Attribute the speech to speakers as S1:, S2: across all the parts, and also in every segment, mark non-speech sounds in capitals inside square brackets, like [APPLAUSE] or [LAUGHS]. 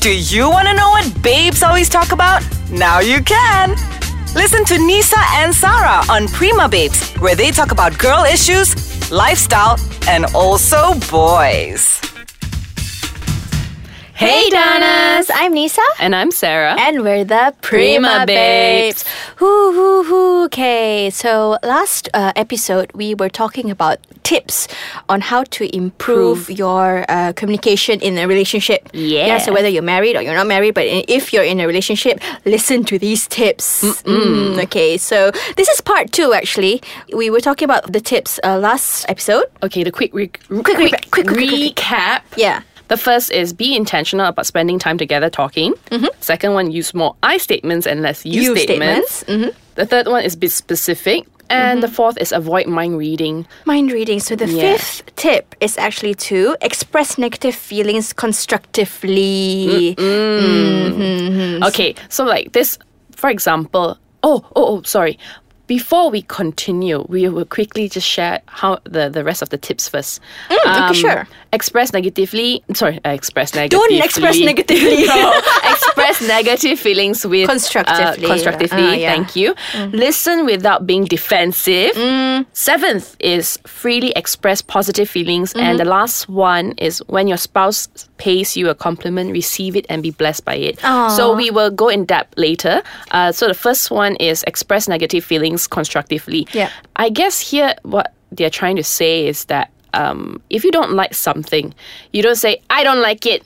S1: Do you want to know what babes always talk about? Now you can. Listen to Nisa and Sarah on Prima Babes, where they talk about girl issues, lifestyle, and also boys.
S2: Hey, Donnas! I'm Nisa.
S3: And I'm Sarah.
S2: And we're the Prima,
S3: Prima Babes.
S2: Babes. Hoo, hoo, hoo. Okay, so last uh, episode we were talking about tips on how to improve your uh, communication in a relationship.
S3: Yeah.
S2: So whether you're married or you're not married, but i- if you're in a relationship, listen to these tips. Mm, okay, so this is part two actually. We were talking about the tips uh, last episode.
S3: okay, the quick, re-
S2: Quick recap- quick, quick, quick, quick.
S3: recap.
S2: Yeah.
S3: The first is be intentional about spending time together talking. Second one, use more I statements and less you,
S2: Mm-hmm. You Mm-hmm.
S3: statements. The third one is be specific. And the fourth is avoid mind reading.
S2: Mind reading. So the
S3: Yeah.
S2: fifth tip is actually to express negative feelings constructively. Mm-hmm.
S3: Okay, so like this, for example, oh, oh, oh, sorry. Before we continue, we will quickly just share how the, the rest of the tips first.
S2: Mm,
S3: Um,
S2: okay, sure.
S3: Express negatively. Sorry, uh, express negatively.
S2: Don't express
S3: [LAUGHS]
S2: negatively.
S3: No, express negative feelings with uh,
S2: Constructively.
S3: constructively.
S2: Ah, yeah.
S3: Thank you. Listen without being defensive.
S2: Mm.
S3: Seventh is freely express positive feelings,
S2: Mm-hmm.
S3: and the last one is when your spouse pays you a compliment, receive it and be blessed by it. So we will go in depth later. Uh, so the first one is express negative feelings constructively.
S2: Yeah.
S3: I guess here what they're trying to say is that um, if you don't like something, you don't say I don't like it.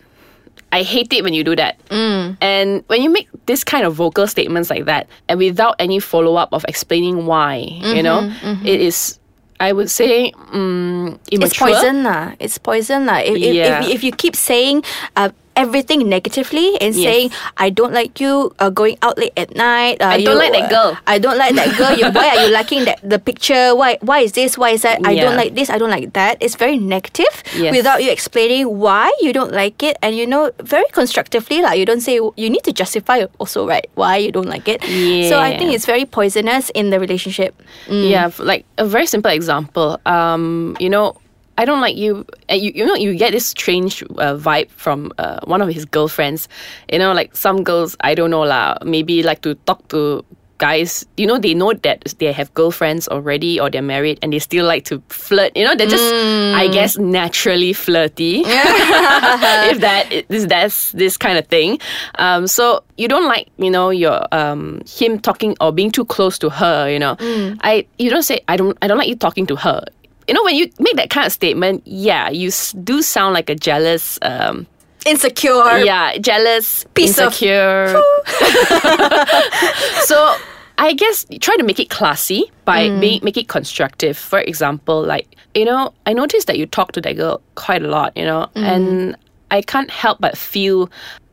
S3: I hate it when you do that.
S2: Mm.
S3: And when you make this kind of vocal statements like that, and without any follow up of explaining why, you know, it is, I would say, um, immature.
S2: Mm-hmm, It's poison, lah. It's poison, lah. If, if,
S3: Yeah.
S2: if, if you keep saying uh, everything negatively and saying I don't like you uh, going out late at night. Uh,
S3: I don't
S2: you,
S3: like that
S2: uh,
S3: girl."
S2: I don't like that girl. You, why are you liking that the picture? Why why is this? Why is that? I
S3: Yeah.
S2: don't like this. I don't like that. It's very negative
S3: Yes.
S2: without you explaining why you don't like it. And you know very constructively, lah. You don't say you need to justify also right why you don't like it. So I
S3: Yeah.
S2: think it's very poisonous in the relationship.
S3: Yeah, f- like a very simple example. Um, you know, I don't like you. uh, You, you know, you get this strange uh, vibe from uh, one of his girlfriends. You know, like some girls, I don't know lah, maybe like to talk to guys. You know, they know that they have girlfriends already or they're married and they still like to flirt. You know, they're just, I guess, naturally flirty. [LAUGHS] if that is that's this kind of thing. Um, so you don't like you know your um, him talking or being too close to her. You know, I you don't say I don't I don't like you talking to her. You know when you make that kind of statement, yeah, you s- do sound like a jealous, um,
S2: Insecure.
S3: yeah, jealous,
S2: Piece of-
S3: insecure. [LAUGHS] so I guess try to make it classy by
S2: Mm.
S3: make, make it constructive. For example, like you know, I noticed that you talk to that girl quite a lot, you know,
S2: Mm.
S3: and I can't help but feel,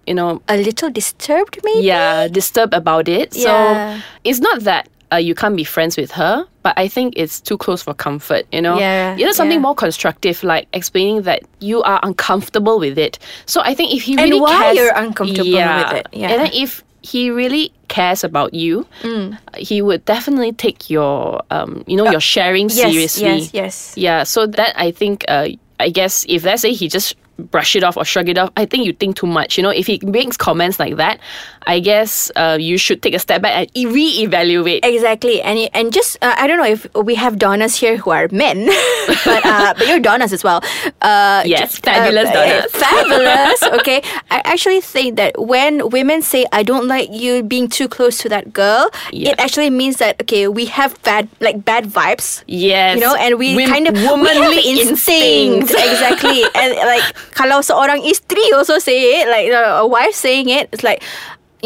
S3: you know,
S2: A little disturbed maybe. [LAUGHS]
S3: yeah, disturbed about it.
S2: Yeah.
S3: So it's not that. Uh, you can't be friends with her, but I think it's too close for comfort. You know,
S2: Yeah,
S3: you know something
S2: yeah.
S3: more constructive, like explaining that you are uncomfortable with it. So I think if he
S2: And
S3: really
S2: why
S3: cares,
S2: you're uncomfortable
S3: yeah,
S2: with it. Yeah.
S3: and then if he really cares about you,
S2: Mm.
S3: he would definitely take your, um, you know, your sharing
S2: Uh, yes,
S3: seriously.
S2: yes, yes.
S3: Yeah, so that I think, uh, I guess if let's say he just brush it off or shrug it off, I think you think too much. You know, if he makes comments like that, I guess uh, you should take a step back and e- re-evaluate.
S2: Exactly, and y- and just uh, I don't know if we have donors here who are men, [LAUGHS] but uh, but you're donors as well. Uh,
S3: Yes,
S2: ju-
S3: fabulous
S2: uh,
S3: donors.
S2: [LAUGHS] fabulous. Okay, I actually think that when women say I don't like you being too close to that girl,
S3: Yeah.
S2: it actually means that okay we have bad like bad vibes.
S3: Yes,
S2: You know, and we
S3: Wom-
S2: kind of
S3: womanly
S2: we have instinct. [LAUGHS] exactly. And like kalau seorang istri also say it, like uh, a wife saying it, it's like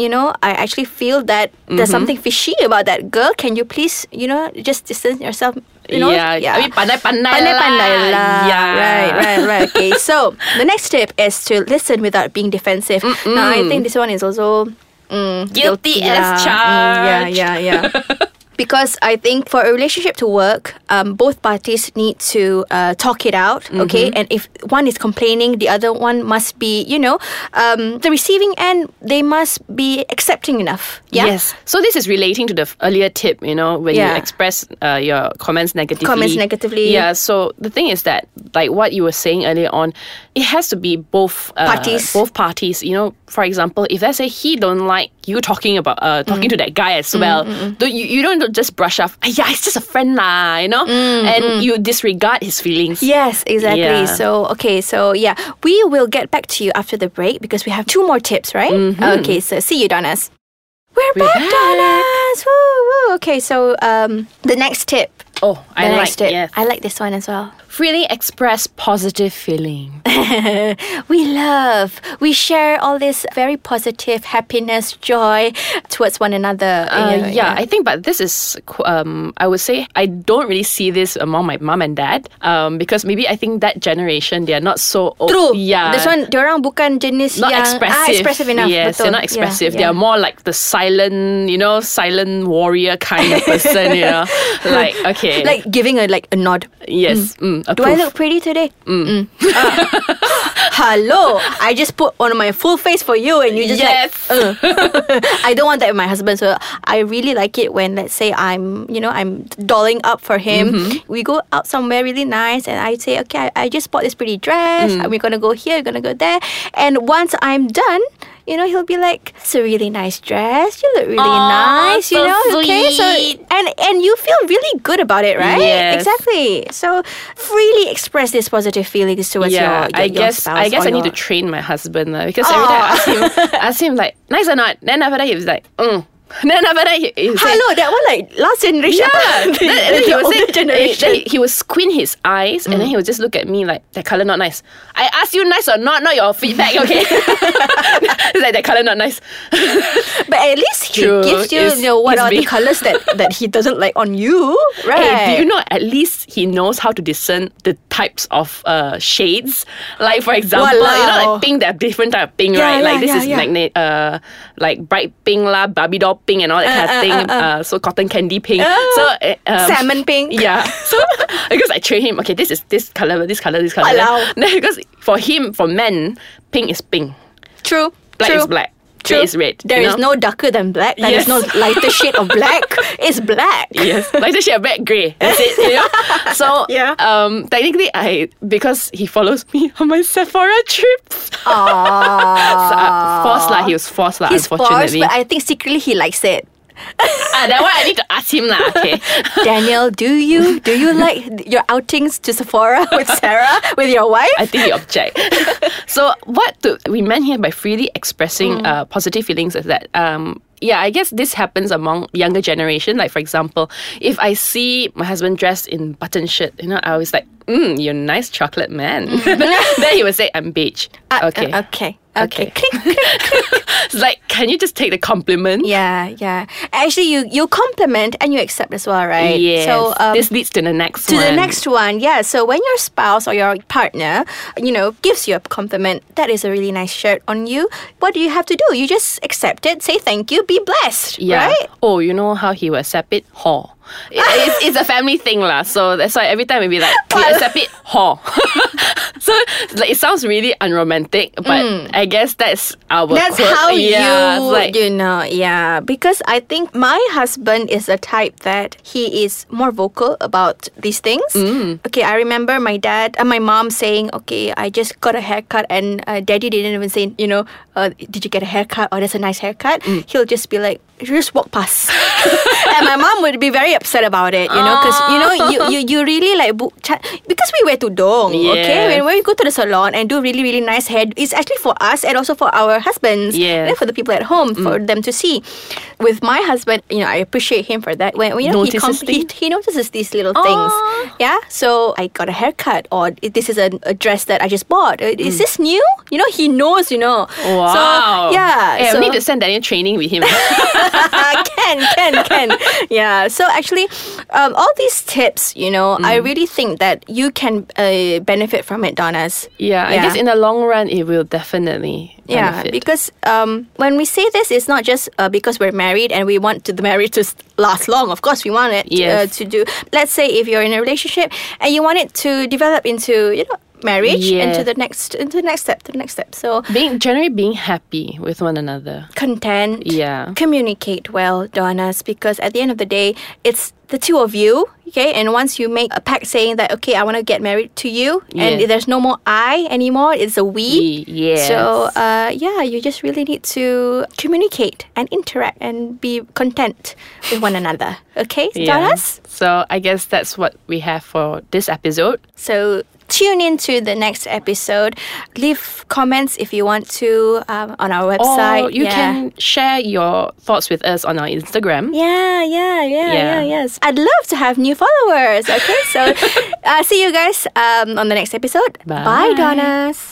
S2: you know, I actually feel that
S3: Mm-hmm.
S2: there's something fishy about that girl. Can you please, you know, just distance yourself? You know,
S3: yeah, I mean, pandai-pandai
S2: Pandai pandai
S3: lah.
S2: lah.
S3: Yeah.
S2: Right, right, right. Okay. So [LAUGHS] the next tip is to listen without being defensive. Now I think this one is also mm,
S3: Guilty as
S2: lah. Mm, yeah,
S3: charged. [LAUGHS]
S2: yeah, yeah. because I think for a relationship to work, um, both parties need to uh, talk it out,
S3: Mm-hmm.
S2: okay? And if one is complaining, the other one must be, you know, um, the receiving end, they must be accepting enough. Yeah?
S3: Yes. So this is relating to the f- earlier tip, you know, when
S2: Yeah.
S3: you express uh, your comments negatively.
S2: Comments negatively.
S3: Yeah. So the thing is that, like what you were saying earlier on, it has to be both uh,
S2: Parties.
S3: Both parties. You know, for example, if let's say he don't like you talking about uh, talking
S2: Mm.
S3: to that guy as well, don't, you, you don't just brush off. "Ah, Yeah, it's just a friend lah. You know,
S2: Mm,
S3: and you disregard his feelings.
S2: Yes, exactly.
S3: Yeah.
S2: So, okay, so yeah, we will get back to you after the break because we have two more tips, right? Okay, so see you, Donas. We're,
S3: Mm-hmm. We're
S2: back,
S3: back.
S2: Donas! Woo, woo. Okay, so um, the next tip.
S3: Oh, I
S2: the
S3: like
S2: next tip.
S3: yes.
S2: I like this one as well.
S3: Freely express positive feeling.
S2: We love, we share all this very positive happiness, joy towards one another.
S3: Uh, yeah, I think, but this is, qu- um, I would say, I don't really see this among my mum and dad um, because maybe I think that generation, they are not so old.
S2: True.
S3: Yeah.
S2: This one, orang bukan jenis
S3: Not
S2: yang
S3: expressive.
S2: Ah, expressive enough.
S3: Yes,
S2: betul.
S3: they're not
S2: Yeah,
S3: expressive. They are
S2: yeah.
S3: more like the silent, you know, silent warrior kind of person, you
S2: [LAUGHS]
S3: know. Like, okay.
S2: like giving a like a nod.
S3: yes. Mm,
S2: Do I look pretty today? Mm. [LAUGHS] Ah. hello, I just put on my full face for you, and you just
S3: Yes.
S2: like. uh. [LAUGHS] I don't want that with my husband, so I really like it when let's say I'm, you know, I'm dolling up for him.
S3: Mm-hmm.
S2: We go out somewhere really nice, and I say, okay, I, I just bought this pretty dress.
S3: Mm.
S2: and We're gonna go here, we're gonna go there, and once I'm done. You know, he'll be like, "It's a really nice dress. You look really
S3: Aw,
S2: nice. You
S3: so
S2: know, okay, so
S3: sweet.
S2: and and you feel really good about it, right?
S3: Yes.
S2: Exactly. So freely express these positive feelings towards
S3: yeah,
S2: your, your
S3: I
S2: your
S3: guess
S2: spouse
S3: I guess
S2: or
S3: I need to
S2: your-
S3: train my husband lah because every time I ask him, I ask him like nice or not, then after that he was like, mm. [LAUGHS] then after that he, he was like,
S2: Hello, Oh, that one like last generation. [LAUGHS]
S3: Yeah, [LAUGHS]
S2: the,
S3: then, then he
S2: the
S3: would
S2: older
S3: say,
S2: generation. Mm.
S3: He, he would squint his eyes and then he would just look at me like that color not nice. I asked you nice or not, not your feedback, okay? [LAUGHS] It's like that color not nice.
S2: but at least he
S3: True,
S2: gives you,
S3: it's-
S2: you know what
S3: it's
S2: are the
S3: big.
S2: colors
S3: [LAUGHS]
S2: that that he doesn't like on you, right?
S3: Hey, do you know at least he knows how to discern the types of uh, shades? Like for example, you know
S2: Walao.
S3: like pink, there are different type of pink,
S2: Yeah,
S3: right?
S2: yeah,
S3: like this
S2: yeah,
S3: is
S2: yeah.
S3: magnet, uh, like bright pink lah, Barbie doll pink, and all that kind of thing. Uh, so cotton candy pink, so uh, um,
S2: Oh, Salmon pink.
S3: [LAUGHS] Yeah, so because I train him. Okay, this is this color, this color, this color.
S2: Walao.
S3: Then, [LAUGHS] because for him, for men, pink is pink,
S2: True.
S3: black is
S2: true.
S3: black,
S2: True.
S3: red is red.
S2: There
S3: you
S2: is
S3: know?
S2: no darker than black. There is
S3: Yes.
S2: no lighter shade of
S3: [LAUGHS]
S2: black. It's black.
S3: Yes, [LAUGHS] like the shade of black grey. That's it. You know? [LAUGHS] So
S2: Yeah.
S3: um, technically, I because he follows me on my Sephora trip.
S2: [LAUGHS] Aww.
S3: So, uh, forced lah. He was forced lah.
S2: Ah. He's forced,
S3: unfortunately,
S2: but I think secretly he likes it.
S3: ah, that one I need to ask him lah. Okay.
S2: [LAUGHS] Daniel, do you do you like your outings to Sephora
S3: [LAUGHS]
S2: with Sarah with your wife?
S3: I think he object. [LAUGHS] so what do we meant here by freely expressing
S2: Mm.
S3: uh, positive feelings is that um, yeah, I guess this happens among younger generation. Like for example, if I see my husband dressed in button shirt, you know, I always like, mm, you're a nice chocolate
S2: [LAUGHS]
S3: man. [LAUGHS] then he would say, I'm beige.
S2: Uh,
S3: okay.
S2: uh, okay. Okay.
S3: Okay. It's like, can you just take the compliment?
S2: [LAUGHS] yeah, yeah. Actually, you you compliment and you accept as well, right?
S3: Yes.
S2: So um,
S3: this leads to the next
S2: to
S3: one.
S2: the next one, yeah. So when your spouse or your partner, you know, gives you a compliment, that is a really nice shirt on you. What do you have to do? You just accept it, say thank you, be blessed,
S3: Yeah.
S2: right?
S3: Oh, you know how he will accept it? Haw.
S2: [LAUGHS]
S3: It- it's, it's a family thing lah. So that's why every time we be like, we accept it? Haw. [LAUGHS] so like, it sounds really unromantic, but I guess that's our
S2: Hmm. That's
S3: quirk.
S2: how
S3: yeah,
S2: you,
S3: it's like,
S2: you know, yeah. Because I think my husband is a type that he is more vocal about these things.
S3: Mm.
S2: Okay, I remember my dad and my mom saying, "Okay, I just got a haircut," and uh, Daddy didn't even say, "You know, uh, did you get a haircut?" Or "That's a nice haircut."
S3: Mm.
S2: He'll just be like, "Just walk past," [LAUGHS] and my mom would be very upset about it. You know, because you know,
S3: [LAUGHS]
S2: you, you you really like bu- cha- because we wear tudung. Okay,
S3: Yes.
S2: when when we go to the salon and do really really nice hair, it's actually for us and also for our husbands
S3: Yes. Mm.
S2: and for the people at home for them to see. With my husband, you know, I appreciate him for that. When you know he,
S3: Notices
S2: com- he
S3: things?
S2: he notices these little things. Yeah. So I got a haircut, or this is a, a dress that I just bought. Uh, Is this new? You know, he knows. You know.
S3: Mm. Wow.
S2: So, yeah. [LAUGHS]
S3: Hey,
S2: so
S3: I need to send Daniel training with him.
S2: can can can. Yeah. So actually, um, all these tips, you know, I
S3: Mm.
S2: really think that you can uh, benefit from it, Donna's.
S3: [LAUGHS] Yeah, I guess in the long run, it will definitely
S2: yeah,
S3: benefit.
S2: because um, when we say this, it's not just uh, because we're married and we want to, the [LAUGHS] marriage to s- last long. Of course, we want it
S3: Yes.
S2: uh, to do. Let's say if you're in a relationship and you want it to develop into you know marriage
S3: Yeah.
S2: into the next into the next step to the next step. So
S3: being generally being happy with one another.
S2: content,
S3: Yeah.
S2: communicate well, Donna's, because at the end of the day, it's the two of you. Okay, and once you make a pact saying that okay, I want to get married to you,
S3: Yes.
S2: and there's no more I anymore, it's a
S3: We, yes.
S2: so uh, yeah, you just really need to communicate and interact and be content with one another. Okay,
S3: Yeah.
S2: Dollars?
S3: So I guess that's what we have for this episode.
S2: So tune in to the next episode. Leave comments if you want to um, on our
S3: Or
S2: website.
S3: Oh, you
S2: yeah.
S3: can share your thoughts with us on our Instagram.
S2: Yeah, yeah, yeah,
S3: Yeah.
S2: yeah, yes. I'd love to have new
S3: [LAUGHS]
S2: followers. Okay, so uh, see you guys um, on the next episode.
S3: Bye.
S2: Bye Donnas.